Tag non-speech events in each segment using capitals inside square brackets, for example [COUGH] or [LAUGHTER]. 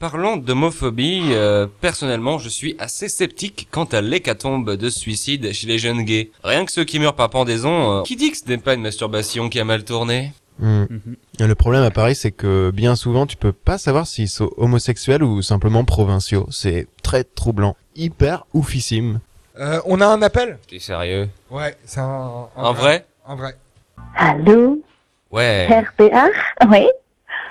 Parlons d'homophobie, euh, personnellement je suis assez sceptique quant à l'hécatombe de suicide chez les jeunes gays. Rien que ceux qui meurent par pendaison, euh, qui dit que ce n'est pas une masturbation qui a mal tourné Hmm. Et Le problème à Paris, c'est que bien souvent, tu peux pas savoir s'ils sont homosexuels ou simplement provinciaux. C'est très troublant, hyper oufissime. Euh, on a un appel T'es sérieux Ouais, c'est un, un, En vrai Un vrai. Allô, Ouais. RPA Oui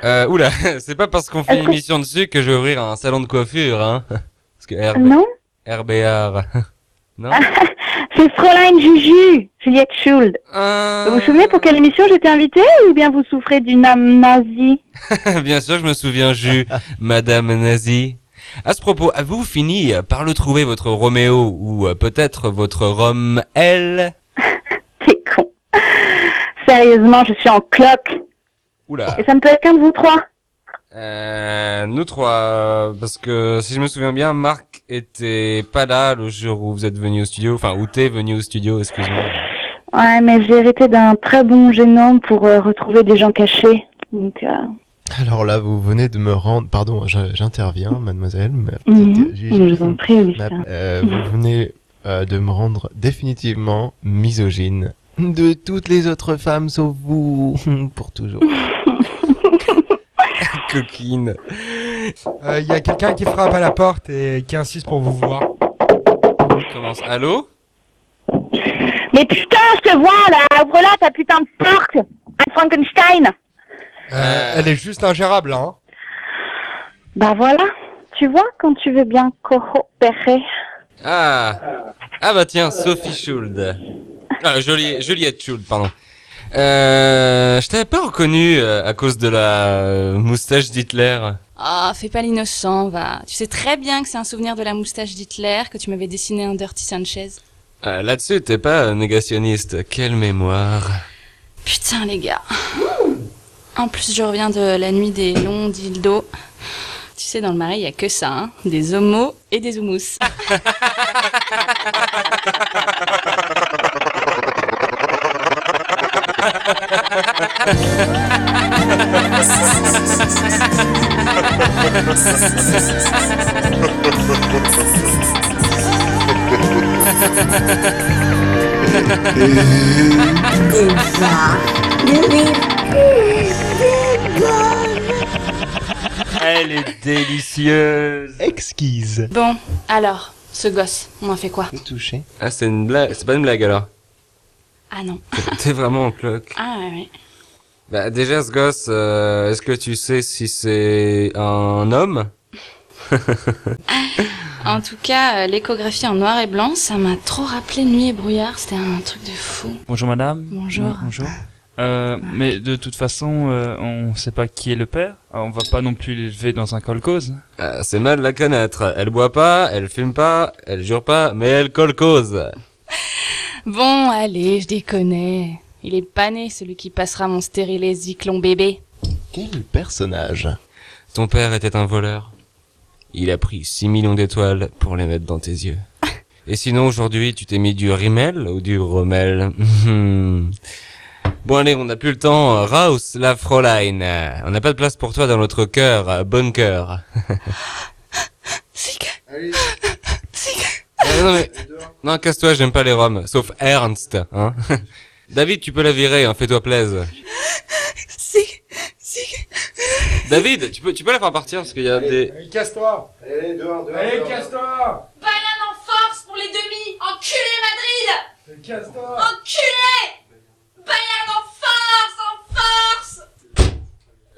Euh, oula, [LAUGHS] c'est pas parce qu'on fait une émission dessus que je vais ouvrir un salon de coiffure, hein. [LAUGHS] Parce que RB... Non RBR... Non C'est Fräulein Juju, Juliette Schuld. Vous Ah. vous souvenez pour quelle émission j'étais invitée ou bien vous souffrez d'une âme nazie Ah, Bien sûr, je me souviens, Jus, [LAUGHS] Madame Nazi. À ce propos, avez-vous fini par le trouver, votre Roméo, ou euh, peut-être votre Rome, elle T'es con. Sérieusement, je suis en cloque. Oula, Et ça ne peut être qu'un de vous trois. euh, nous trois, euh, parce que si je me souviens bien, Marc était pas là le jour où vous êtes venu au studio, enfin où t'es venu au studio, excuse-moi. Ouais, mais j'ai hérité d'un très bon génome pour euh, retrouver des gens cachés. Donc, euh, Alors là, vous venez de me rendre, pardon, je- j'interviens, mademoiselle. ma petite mhm, Gigi. je vous en prie, Augustin. Ma- euh, vous venez euh, de me rendre définitivement misogyne de toutes les autres femmes sauf vous [LAUGHS] pour toujours. Coquine. Euh, Il y a quelqu'un qui frappe à la porte et qui insiste pour vous voir. Euh, On commence. Allô Mais putain, je te vois là Ouvre-la ta putain de porte Anne Frankenstein Euh, elle est juste ingérable, hein. Bah voilà, tu vois quand tu veux bien coopérer. Ah Ah bah tiens, Sophie Schuld. Ah, Jolie- Juliette Schuld, pardon. Euh, je t'avais pas reconnu euh, à cause de la euh, moustache d'Hitler. Ah, fais pas l'innocent, va. Tu sais très bien que c'est un souvenir de la moustache d'Hitler que tu m'avais dessiné un Dirty Sanchez. Euh, Là-dessus, t'es pas euh, négationniste. Quelle mémoire. Putain, les gars. En plus, je reviens de la nuit des longs dildos. Tu sais, dans le marais, il y a que ça, hein. Des homos et des houmous. Elle est délicieuse. Exquise. Bon, alors, ce gosse, on en fait quoi Le toucher. Ah, c'est une blague. C'est pas une blague alors. Ah non. T'es vraiment en cloque. Ah ouais, ouais. Bah déjà, ce gosse, euh, est-ce que tu sais si c'est un homme En tout cas, euh, l'échographie en noir et blanc, ça m'a trop rappelé Nuit et brouillard. C'était un truc de fou. Bonjour madame. Bonjour. Euh, Bonjour. Euh, mais de toute façon, euh, on sait pas qui est le père. Alors, on va pas non plus l'élever dans un colcose. Ah, C'est mal de la connaître. Elle boit pas, elle fume pas, elle jure pas, mais elle colle cause. Bon, allez, je déconnais. Il est pané, celui qui passera mon stérilé zyklon bébé. Quel personnage. Ton père était un voleur. Il a pris 6 millions d'étoiles pour les mettre dans tes yeux. Et sinon, aujourd'hui, tu t'es mis du Rimmel ou du Rommel [LAUGHS] Hmm. Bon allez, on n'a plus le temps. Raus, la Fräulein. Euh, On n'a pas de place pour toi dans notre cœur. euh, Bon cœur. C'est que... Euh, non, mais- non, casse-toi, j'aime pas les Roms. Sauf Ernst. Hein [LAUGHS] David, tu peux la virer, hein, fais-toi plaise. C'est... C'est... David, tu peux, tu peux la faire partir parce qu'il y a des... Allez, casse-toi Allez, dehors, dehors. Allez, dehors. casse-toi Banane en force pour les demi Enculé Madrid Casse-toi Enculé Banane en force En force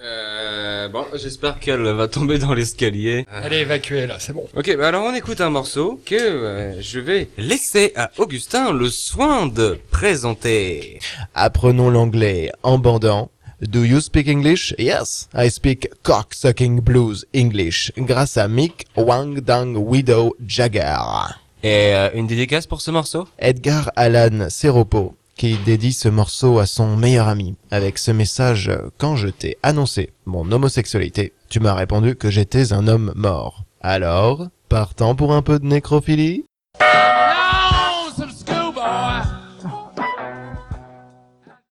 Euh, bon, j'espère qu'elle va tomber dans l'escalier. Elle est évacuée, là, c'est bon. Ok, bah alors on écoute un morceau que euh, je vais laisser à Augustin le soin de présenter. Apprenons l'anglais en bandant. Do you speak English? Yes, I speak cock-sucking blues English grâce à Mick Wang Dang Widow Jagger. Et euh, une dédicace pour ce morceau Edgar Allan Seropo qui dédie ce morceau à son meilleur ami avec ce message euh, quand je t'ai annoncé mon homosexualité, tu m'as répondu que j'étais un homme mort. Alors, partant pour un peu de nécrophilie